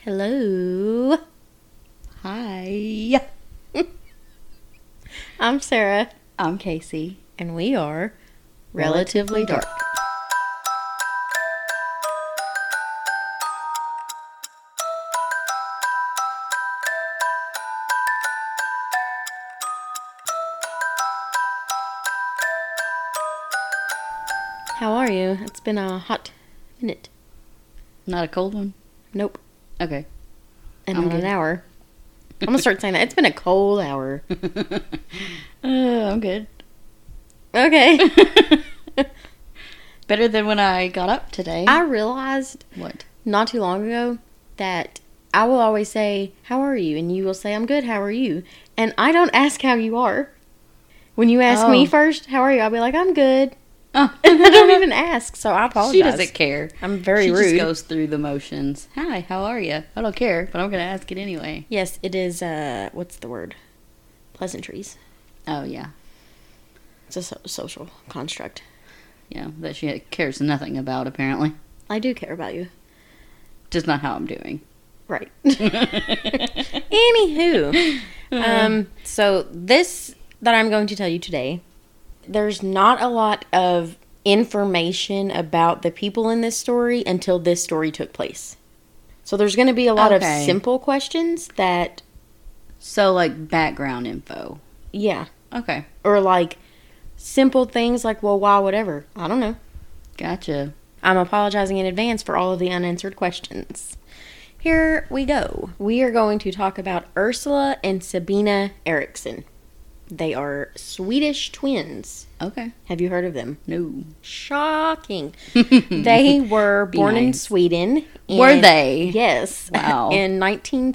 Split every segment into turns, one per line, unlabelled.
Hello. Hi. I'm Sarah,
I'm Casey.
and we are
Relatively Dark.
How are you? It's been a hot minute.
Not a cold one.
Nope.
Okay.
And
I'm
not an
good.
hour. I'm going to start saying that. It's been a cold hour.
Uh, I'm good.
Okay.
Better than when I got up today.
I realized
what?
not too long ago that I will always say, How are you? And you will say, I'm good. How are you? And I don't ask how you are. When you ask me
Oh.
first, How are you? I'll be like, I'm good.
Oh.
I don't even ask. So I apologize.
She doesn't care.
I'm very
she
rude.
just goes through the motions. Hi, how are you? I don't care, but I'm gonna ask it anyway.
Yes, it is. Uh, what's the word? Pleasantries.
Oh yeah,
It's a so- social construct.
yeah. That she cares nothing about apparently.
I do care about you.
Just not how I'm doing.
Right. Anywho, um, so this that I'm going to tell you today, there's not a lot of information about the people in this story until this story took place. So there's going to be a lot
Okay.
of simple questions that,
So like background info.
yeah,
Okay,
or like simple things like, well, why, whatever. I don't know.
gotcha.
I'm apologizing in advance for all of the unanswered questions. Here we go. We are going to talk about Ursula and Sabina Eriksson. They are Swedish twins.
Okay,
Have you heard of them?
no.
Shocking. they were born in
nice.
Sweden. in-
Were they?
Yes.
Wow.
in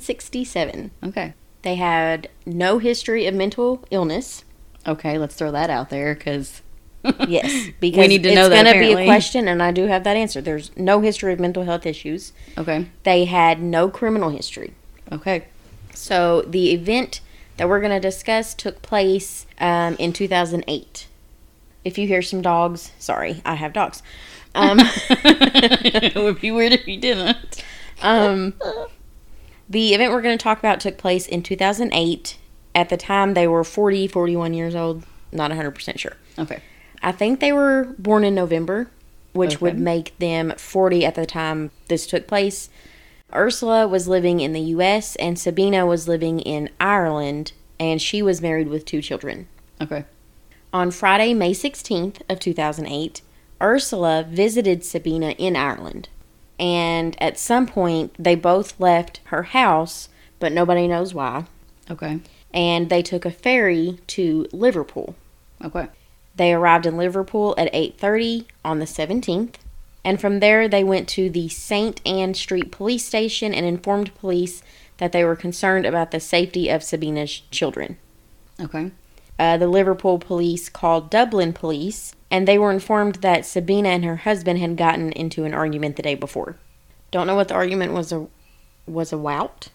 1967.
Okay,
They had no history of mental illness.
okay. Let's throw that out there because
Yes, because
need to
it's
know that,
going to be a
apparently.
question, and I do have that answer. There's no history of mental health issues.
okay,
They had no criminal history.
okay,
So the event that we're going to discuss took place um, in 2008. If you hear some dogs, sorry, I have dogs. Um,
it would be weird if you didn't.
um, the event we're going to talk about took place in 2008. At the time, they were 40, 41 years old. Not 100% sure.
Okay.
I think they were born in November, which would
Okay.
make them 40 at the time this took place. Ursula was living in the US and Sabina was living in Ireland, and she was married with two children.
Okay.
On Friday, May 16th of 2008, Ursula visited Sabina in Ireland. And at some point, they both left her house, but nobody knows why.
Okay.
And they took a ferry to Liverpool.
Okay.
They arrived in Liverpool at 8:30 on the 17th, and from there they went to the St. Anne Street police station and informed police that they were concerned about the safety of Sabina's children.
Okay.
Uh, the Liverpool police called Dublin police, and they were informed that Sabina and her husband had gotten into an argument the day before. Don't know what the argument was a was about.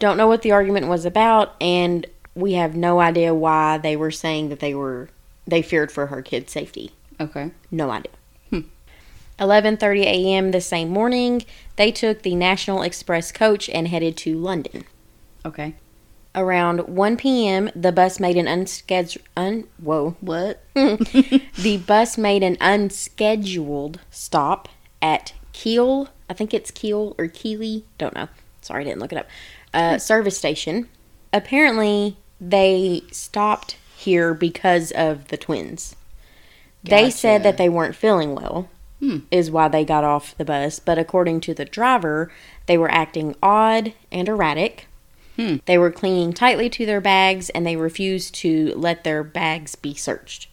Don't know what the argument was about, and we have no idea why they were saying that they were they feared for her kid's safety.
Okay.
No idea. 11:30 a.m. the same morning, they took the National Express coach and headed to London.
Okay.
Around 1 p.m., the bus made an unscheduled un whoa.
What?
The bus made an unscheduled stop at Kiel. I think it's Kiel or Keeley. Don't know. Sorry, I didn't look it up. Uh, service station. Apparently, they stopped here because of the twins. They said that they weren't feeling well, is why they got off the bus. But according to the driver, they were acting odd and erratic. They were clinging tightly to their bags and they refused to let their bags be searched.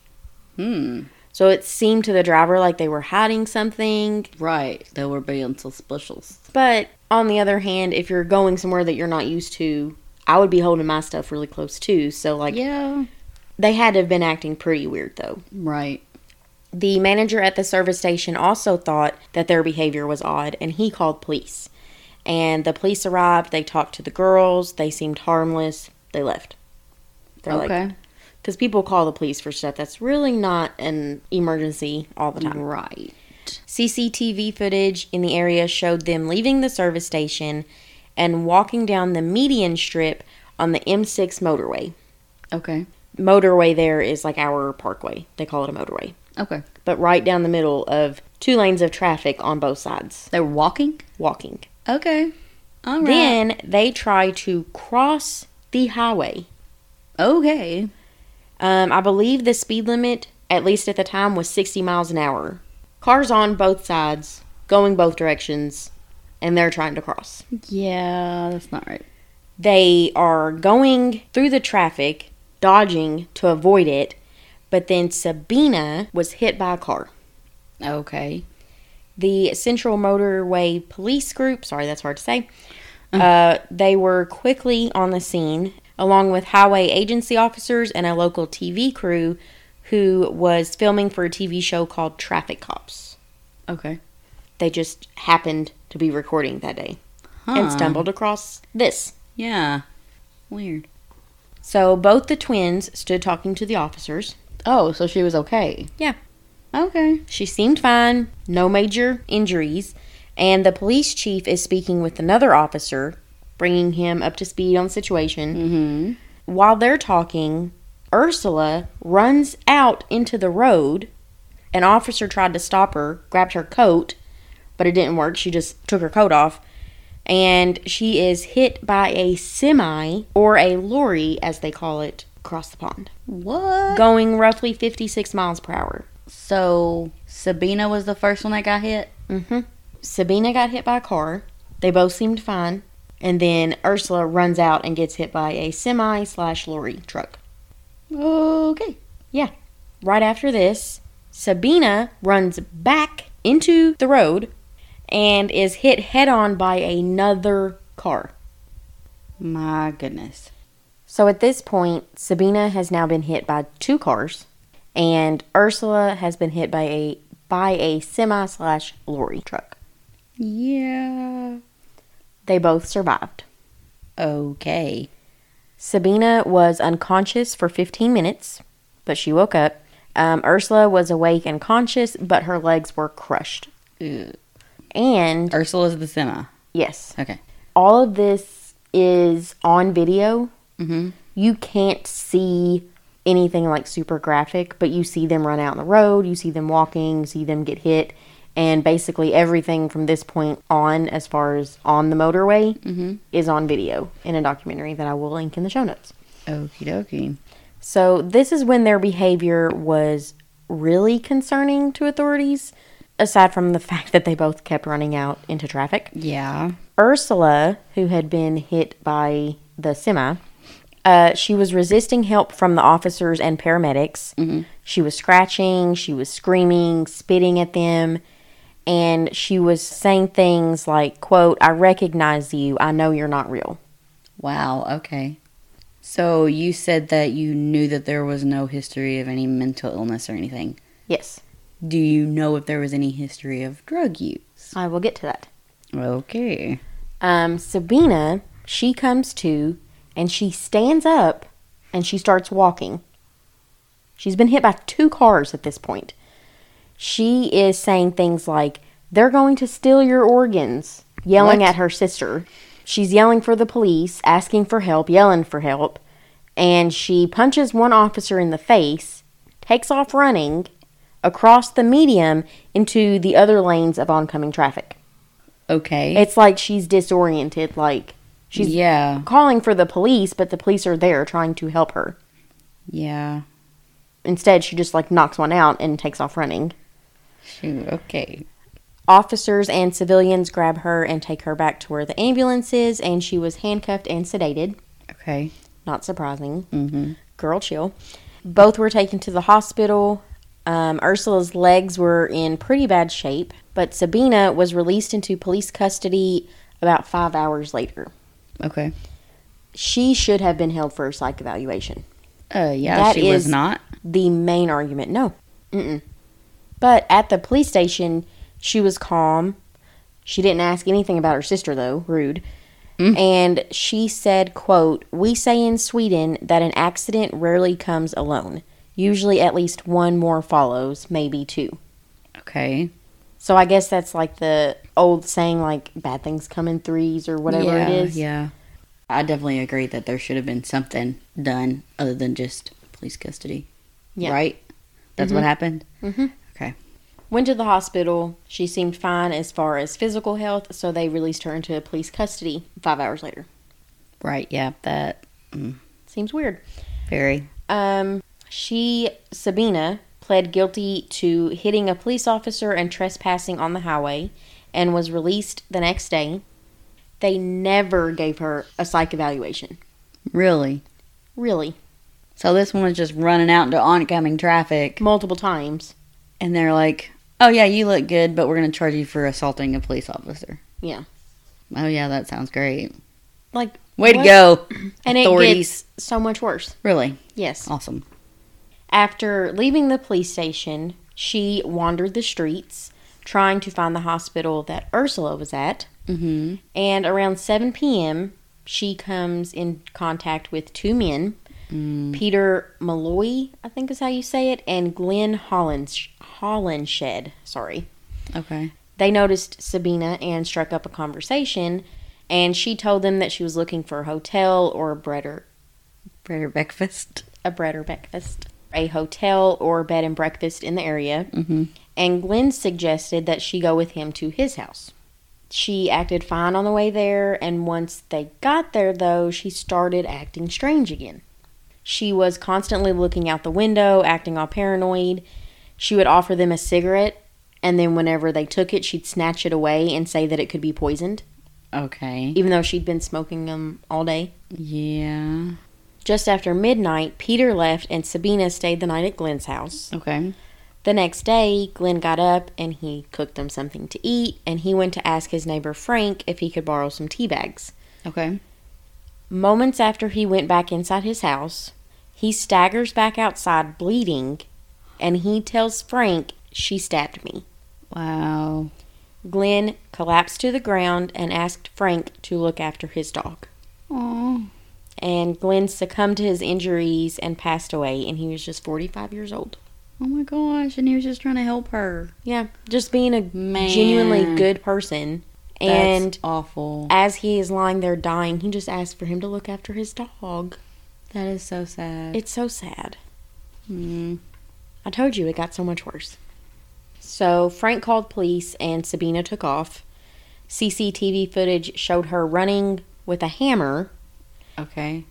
Hmm.
So it seemed to the driver like they were hiding something.
Right. They were being suspicious.
But on the other hand, if you're going somewhere that you're not used to, I would be holding my stuff really close too. So, like,
Yeah.
they had to have been acting pretty weird though.
Right.
The manager at the service station also thought that their behavior was odd and he called police. And the police arrived, they talked to the girls, they seemed harmless, they left. They're
okay.
like, because people call the police for stuff that's really not an emergency all the time.
right. What?
CCTV footage in the area showed them leaving the service station and walking down the median strip on the M6 motorway.
Okay.
Motorway there is like our parkway. They call it a motorway.
Okay.
But right down the middle of two lanes of traffic on both sides,
They were walking?
walking.
Okay. All right.
Then they try to cross the highway.
okay.
Um, I believe the speed limit, at least at the time, was 60 miles an hour. Cars on both sides, going both directions, and they're trying to cross.
Yeah, that's not right.
They are going through the traffic, dodging to avoid it, but then Sabina was hit by a car.
Okay.
The Central Motorway Police Group, sorry, that's hard to say,
Mm.
uh, they were quickly on the scene, along with highway agency officers and a local TV crew who was filming for a TV show called Traffic Cops.
Okay.
They just happened to be recording that day
Huh.
and stumbled across this.
Yeah. Weird.
So both the twins stood talking to the officers.
Oh, so she was okay.
Yeah.
Okay.
She seemed fine, no major injuries, and the police chief is speaking with another officer, bringing him up to speed on the situation.
Mm-hmm.
While they're talking, Ursula runs out into the road. An officer tried to stop her, grabbed her coat, but it didn't work. She just took her coat off. And she is hit by a semi or a lorry, as they call it, across the pond,
What?
going roughly 56 miles per hour.
So Sabina was the first one that got hit.
hmm Sabina got hit by a car. They both seemed fine. And then Ursula runs out and gets hit by a semi slash lorry truck.
Okay.
Right after this, Sabina runs back into the road and is hit head on by another car.
My goodness.
So at this point, Sabina has now been hit by two cars, and Ursula has been hit by a by a semi slash lorry truck.
Yeah.
They both survived.
Okay.
Sabina was unconscious for 15 minutes, but she woke up. Um, Ursula was awake and conscious, but her legs were crushed.
Ugh.
And
Ursula's the semi.
yes,
Okay.
all of this is on video.
Mm-hmm.
You can't see anything like super graphic, but you see them run out on the road, you see them walking, you see them get hit, and basically everything from this point on, as far as on the motorway,
Mm-hmm.
is on video in a documentary that I will link in the show notes.
Okie dokie.
So, this is when their behavior was really concerning to authorities, aside from the fact that they both kept running out into traffic.
Yeah.
Ursula, who had been hit by the semi, uh, she was resisting help from the officers and paramedics. She was scratching, she was screaming, spitting at them, and she was saying things like, "quote I recognize you. I know you're not real."
Wow. Okay. So you said that you knew that there was no history of any mental illness or anything.
Yes,
Do you know if there was any history of drug use?
I will get to that.
Okay.
Um, Sabina, she comes to, and she stands up, and she starts walking. She's been hit by two cars at this point. She is saying things like, they're going to steal your organs, yelling
What?
at her sister. She's yelling for the police, asking for help, yelling for help. And she punches one officer in the face, takes off running across the medium into the other lanes of oncoming traffic.
Okay.
It's like she's disoriented, like she's
yeah.
calling for the police, but the police are there trying to help her.
Yeah.
Instead, she just like knocks one out and takes off running.
Shoot. Okay.
Officers and civilians grab her and take her back to where the ambulance is, and she was handcuffed and sedated.
Okay.
Not surprising.
Mhm.
Girl, chill. Both were taken to the hospital. Um, Ursula's legs were in pretty bad shape, but Sabina was released into police custody about five hours later.
Okay.
She should have been held for a psych evaluation.
Uh, yeah.
That
she was
is-
not.
the main argument. No. Mm-mm. But at the police station, she was calm. She didn't ask anything about her sister, though. Rude.
Mm.
And she said, quote, We say in Sweden that an accident rarely comes alone. Usually at least one more follows, maybe two.
Okay.
So I guess that's like the old saying, like bad things come in threes or whatever
yeah,
it is.
Yeah. I definitely agree that there should have been something done other than just police custody.
Yeah.
Right? That's what happened? Mm-hmm. Okay.
Went to the hospital. She seemed fine as far as physical health, so they released her into police custody five hours later.
Right. Yeah. That
Seems weird.
very.
Um, she, Sabina, pled guilty to hitting a police officer and trespassing on the highway and was released the next day. They never gave her a psych evaluation.
Really?
Really.
So this one was just running out into oncoming traffic,
Multiple times.
and they're like, oh, yeah, you look good, but we're going to charge you for assaulting a police officer.
Yeah.
Oh, yeah, that sounds great.
Like,
Way
What?
to go.
and it
Authorities.
gets so much worse.
Really?
Yes.
Awesome.
After leaving the police station, she wandered the streets trying to find the hospital that Ursula was at.
Mm-hmm.
And around 7 p.m., she comes in contact with two men Peter Malloy, I think is how you say it, and Glenn Hollins, Hollinshed. Sorry.
Okay.
They noticed Sabina and struck up a conversation, and she told them that she was looking for a hotel or a bread or
Bread or breakfast?
a bread or breakfast, a hotel or bed and breakfast in the area,
Mhm.
and Glenn suggested that she go with him to his house. She acted fine on the way there, and once they got there, though, she started acting strange again. She was constantly looking out the window, acting all paranoid. She would offer them a cigarette, and then whenever they took it, she'd snatch it away and say that it could be poisoned,
Okay.
even though she'd been smoking them all day.
Yeah.
Just after midnight, Peter left and Sabina stayed the night at Glenn's house.
Okay.
The next day, Glenn got up and he cooked them something to eat, and he went to ask his neighbor Frank if he could borrow some tea bags.
Okay.
Moments after he went back inside his house, he staggers back outside bleeding, and he tells Frank, She stabbed me.
Wow.
Glenn collapsed to the ground and asked Frank to look after his dog.
Oh.
And Glenn succumbed to his injuries and passed away, and he was just 45 years old.
Oh my gosh. And he was just trying to help her.
Yeah, just being a
Man.
genuinely good person. And
That's awful.
as he is lying there dying, he just asks for him to look after his dog.
That is so sad.
It's so sad.
mm.
I told you it got so much worse. So Frank called police and Sabina took off. CCTV footage showed her running with a hammer
Okay.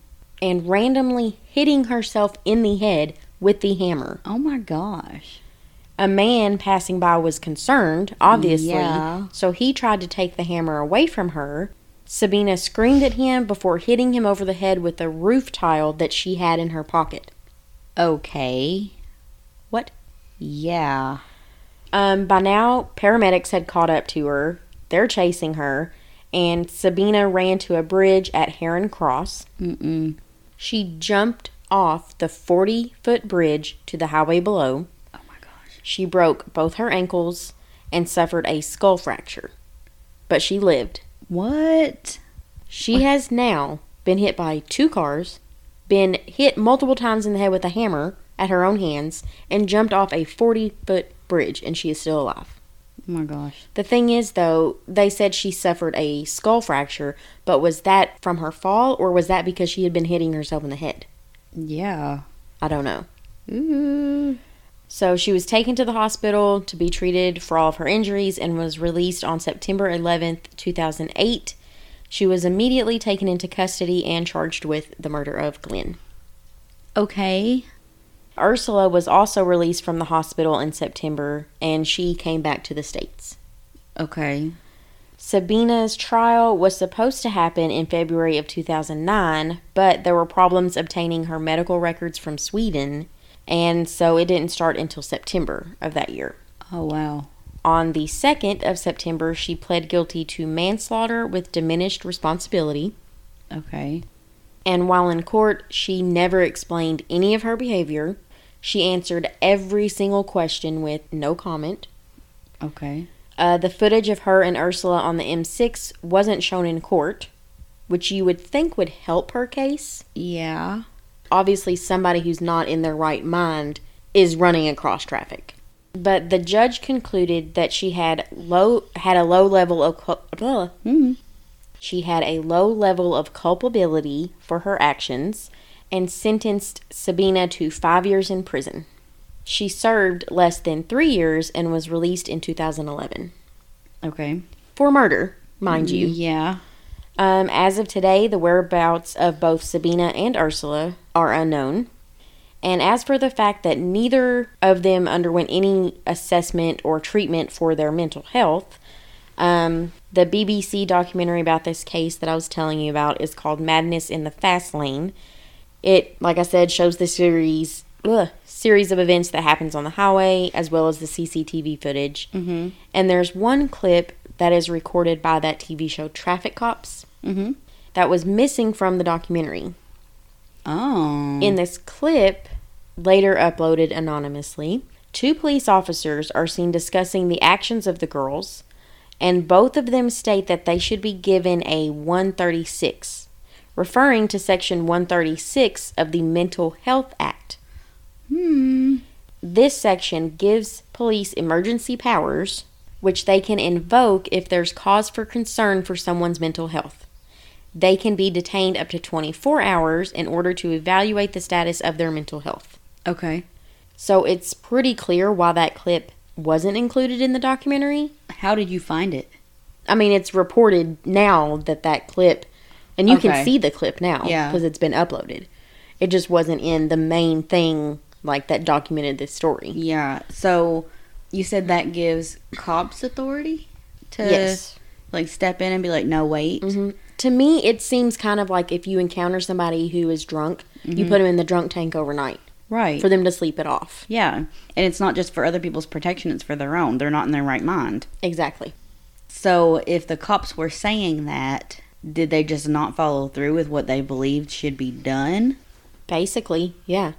and randomly hitting herself in the head with the hammer.
Oh my gosh.
A man passing by was concerned, obviously,
Yeah.
so he tried to take the hammer away from her. Sabina screamed at him before hitting him over the head with a roof tile that she had in her pocket.
Okay.
What?
Yeah.
Um, by now, paramedics had caught up to her. They're chasing her, and Sabina ran to a bridge at Heron Cross.
Mm-mm.
She jumped off the 40 foot bridge to the highway below.
Oh my gosh.
She broke both her ankles and suffered a skull fracture, but she lived.
What?
She has now been hit by two cars, been hit multiple times in the head with a hammer at her own hands, and jumped off a 40 foot bridge, and she is still alive.
Oh my gosh.
The thing is, though, they said she suffered a skull fracture, but was that from her fall or was that because she had been hitting herself in the head?
Yeah.
I don't know.
Ooh.
So she was taken to the hospital to be treated for all of her injuries and was released on September 11th, 2008. She was immediately taken into custody and charged with the murder of Glenn.
Okay.
Ursula was also released from the hospital in September and she came back to the States.
Okay.
Sabina's trial was supposed to happen in February of 2009, but there were problems obtaining her medical records from Sweden, and so it didn't start until September of that year.
Oh wow.
On the 2nd of September, she pled guilty to manslaughter with diminished responsibility,
Okay.
and while in court, she never explained any of her behavior. She answered every single question with no comment.
Okay.
Uh, the footage of her and Ursula on the M6 wasn't shown in court, which you would think would help her case.
Yeah.
Obviously, somebody who's not in their right mind is running across traffic. But the judge concluded that she had low had a low level of cul- blah.
Hmm.
she had a low level of culpability for her actions and sentenced Sabina to 5 years in prison. She served less than 3 years and was released in 2011
Okay.
for murder, mind you.
Yeah.
Um, as of today, the whereabouts of both Sabina and Ursula are unknown. And as for the fact that neither of them underwent any assessment or treatment for their mental health, um, the BBC documentary about this case that I was telling you about is called Madness in the Fast Lane. It, like I said, shows the series ugh, series of events that happens on the highway as well as the CCTV footage. Mm-hmm. And there's one clip that is recorded by that TV show Traffic Cops
Mm-hmm.
that was missing from the documentary.
Oh.
In this clip, later uploaded anonymously, two police officers are seen discussing the actions of the girls, and both of them state that they should be given a 136, referring to section 136 of the Mental Health Act.
Hmm.
This section gives police emergency powers, which they can invoke if there's cause for concern for someone's mental health. They can be detained up to 24 hours in order to evaluate the status of their mental health.
Okay.
So it's pretty clear why that clip wasn't included in the documentary.
How did you find it?
I mean, it's reported now that that clip, and you
Okay.
can see the clip now
Yeah.
because it's been uploaded. It just wasn't in the main thing like that documented this story.
Yeah. So you said that gives cops authority to
Yes.
like step in and be like, no, wait.
Mhm. To me, it seems kind of like if you encounter somebody who is drunk, you put them in the drunk tank overnight
Right.
for them to sleep it off.
yeah. And it's not just for other people's protection, it's for their own. They're not in their right mind.
Exactly.
So if the cops were saying that, did they just not follow through with what they believed should be done?
Basically, yeah.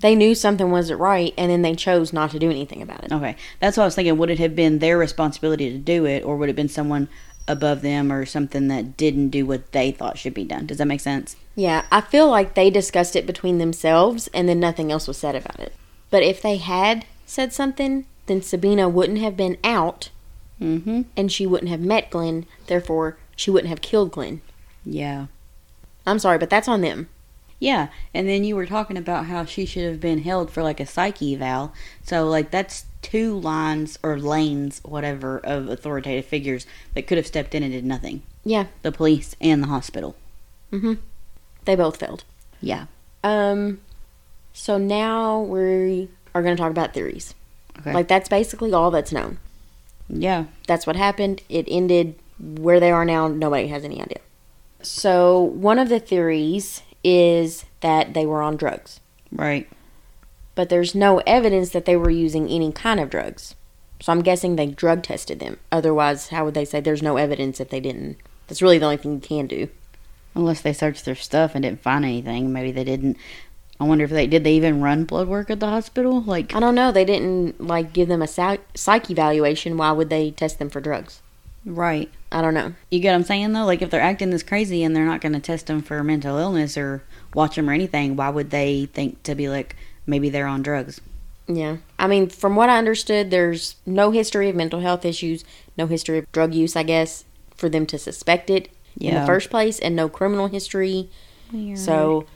They knew something wasn't right, and then they chose not to do anything about it.
Okay. That's what I was thinking. Would it have been their responsibility to do it, or would it have been someone above them or something that didn't do what they thought should be done? Does that make sense?
Yeah, I feel like they discussed it between themselves, and then nothing else was said about it. But if they had said something, then Sabina wouldn't have been out,
Mm hmm.
and she wouldn't have met Glenn. Therefore, she wouldn't have killed Glenn.
Yeah.
I'm sorry, but that's on them.
Yeah. And then you were talking about how she should have been held for like a psyche eval. So, like, that's two lines or lanes, whatever, of authoritative figures that could have stepped in and did nothing.
Yeah.
The police and the hospital.
They both failed.
Yeah.
Um, so now we are going to talk about theories.
Okay.
Like that's basically all that's known.
yeah.
That's what happened. It ended where they are now. Nobody has any idea. So one of the theories is that they were on drugs,
Right.
but there's no evidence that they were using any kind of drugs. So I'm guessing they drug tested them. Otherwise, how would they say there's no evidence if they didn't? That's really the only thing you can do.
Unless they searched their stuff and didn't find anything. Maybe they didn't. I wonder if they did they even run blood work at the hospital? Like,
I don't know. They didn't like give them a psy- psych evaluation. Why would they test them for drugs?
right.
I don't know.
You get what I'm saying though? Like, if they're acting this crazy and they're not going to test them for mental illness or watch them or anything, why would they think to be like, maybe they're on drugs?
Yeah. I mean, from what I understood, there's no history of mental health issues, no history of drug use, I guess, for them to suspect it in
Yeah.
the first place, and no criminal history. So,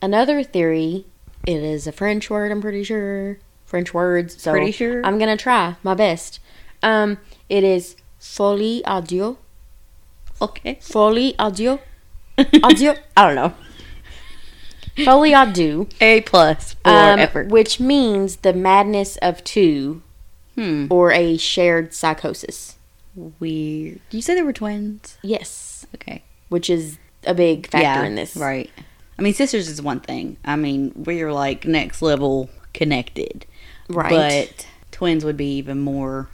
another theory, it is a French word, I'm pretty sure. French words. So
Pretty sure?
I'm going to try my best. Um, It is folie à Dieu.
Okay.
Folie à Dieu. À Dieu. I don't know. Folie à Dieu.
A plus for
um, Which means the madness of two
Hmm.
or a shared psychosis.
Weird. You said they were twins.
Yes.
Okay.
Which is a big factor
yeah,
in this.
Right. I mean, sisters is one thing. I mean, we're like next level connected.
Right.
But twins would be even more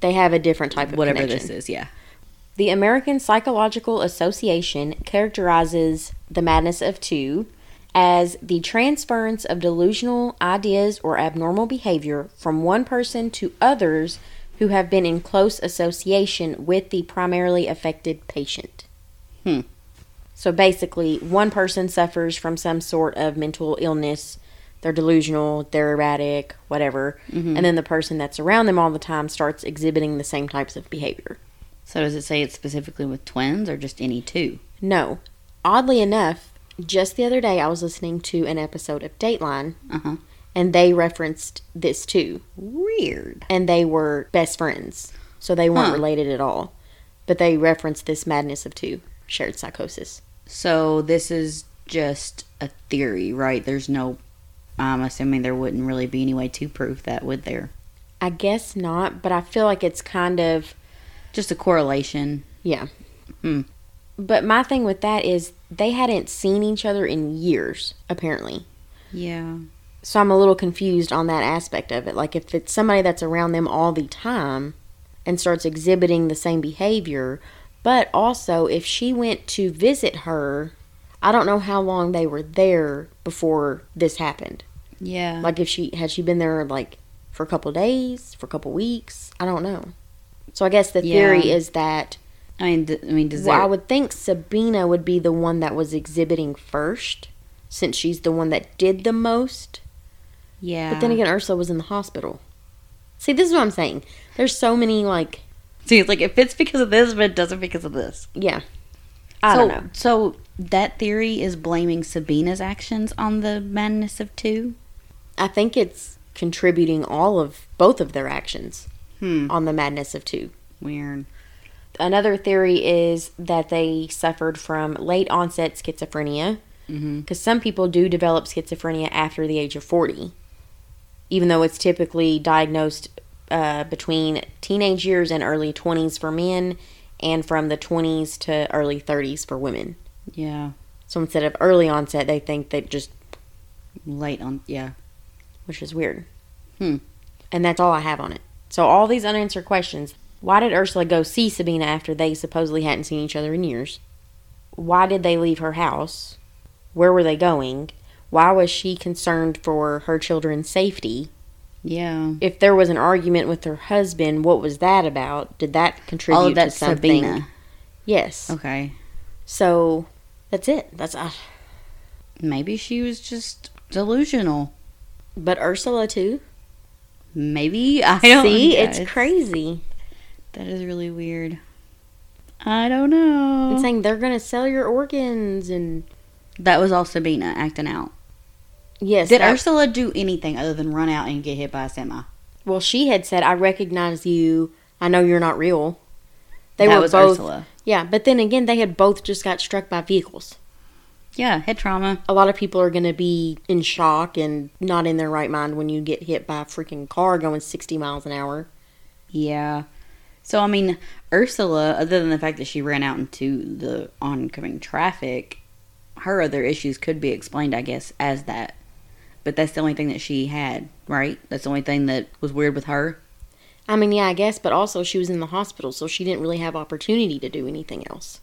They have a different type of
whatever
connection.
this is. Yeah.
The American Psychological Association characterizes the madness of two as the transference of delusional ideas or abnormal behavior from one person to others who have been in close association with the primarily affected patient.
Hmm.
So basically, one person suffers from some sort of mental illness they're delusional, they're erratic, whatever. And then the person that's around them all the time starts exhibiting the same types of behavior.
So does it say it's specifically with twins or just any two?
No. Oddly enough, just the other day I was listening to an episode of Dateline
Uh-huh.
and they referenced this too.
Weird.
And they were best friends. So they weren't
Huh.
related at all. But they referenced this madness of two, shared psychosis.
So this is just a theory, right? There's no. I'm assuming there wouldn't really be any way to prove that, would there?
I guess not, but I feel like it's kind of
Just a correlation.
Yeah.
Hmm.
But my thing with that is they hadn't seen each other in years, apparently.
Yeah.
So I'm a little confused on that aspect of it. Like if it's somebody that's around them all the time and starts exhibiting the same behavior, but also if she went to visit her, I don't know how long they were there before this happened.
Yeah.
Like if she had she been there like for a couple of days, for a couple of weeks, I don't know. So I guess the
Yeah.
theory is that
I mean, d I I mean, does
well, I
there-
would think Sabina would be the one that was exhibiting first, since she's the one that did the most.
yeah.
But then again, Ursula was in the hospital. See, this is what I'm saying. There's so many like,
see, it's like it fits because of this, but it doesn't because of this.
yeah, I don't
so,
know.
So that theory is blaming Sabina's actions on the madness of two.
I think it's contributing all of both of their actions
Hmm.
on the madness of two.
Weird.
Another theory is that they suffered from late onset schizophrenia,
Mm-hmm.
because some people do develop schizophrenia after the age of 40, even though it's typically diagnosed uh, between teenage years and early 20s for men and from the 20s to early 30s for women.
Yeah.
So instead of early onset, they think that just,
Late on. Yeah.
which is weird.
Hmm.
And that's all I have on it. So all these unanswered questions. Why did Ursula go see Sabina after they supposedly hadn't seen each other in years? Why did they leave her house? Where were they going? Why was she concerned for her children's safety?
Yeah.
If there was an argument with her husband, what was that about? Did that contribute
All of
to
that's
something?
Sabina. Oh.
Yes.
Okay.
So that's it. That's uh,
Maybe she was just delusional.
but Ursula too.
Maybe I don't
See,
yeah,
it's crazy.
That is really weird. I don't know.
And saying they're gonna sell your organs and
that was all Sabina acting out.
yes,
Did
that-
Ursula do anything other than run out and get hit by a semi?
Well, she had said, "I recognize you. I know you're not real." They
that
were
was
both,
Ursula.
yeah. But then again, they had both just got struck by vehicles.
Yeah, head trauma.
A lot of people are going to be in shock and not in their right mind when you get hit by a freaking car going 60 miles an hour.
Yeah. So I mean, Ursula, other than the fact that she ran out into the oncoming traffic, her other issues could be explained, I guess, as that. But that's the only thing that she had, right? That's the only thing that was weird with her.
I mean, yeah, I guess, but also she was in the hospital, so she didn't really have opportunity to do anything else.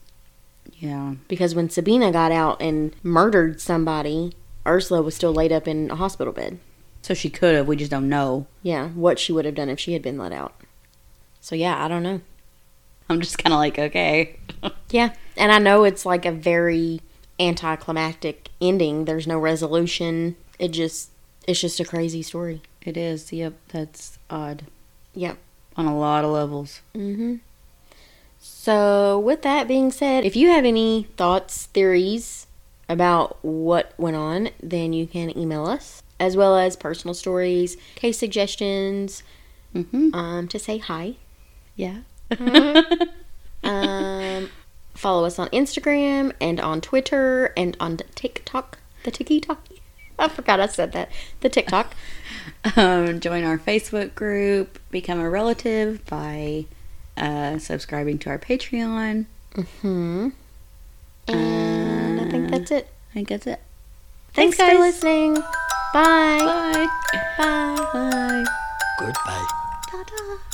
Yeah.
Because when Sabina got out and murdered somebody, Ursula was still laid up in a hospital bed.
So she could have. We just don't know.
Yeah, what she would have done if she had been let out. So yeah, I don't know.
I'm just kind of like, okay.
Yeah, and I know it's like a very anticlimactic ending. There's no resolution. It just it's just a crazy story.
It is. Yep. That's odd.
Yep.
On a lot of levels.
Mhm. So, with that being said, if you have any thoughts, theories about what went on, then you can email us as well as personal stories, case suggestions,
Mm-hmm.
um to say hi.
Yeah.
Um follow us on Instagram and on Twitter and on TikTok. The TikTok. I forgot I said that. The TikTok.
um, join our Facebook group. Become a relative by uh, subscribing to our Patreon.
Hmm. And I think that's it.
I think that's it.
Thanks,
guys.
for listening. Bye.
Bye.
Bye.
Bye.
Goodbye.
Ta-ta.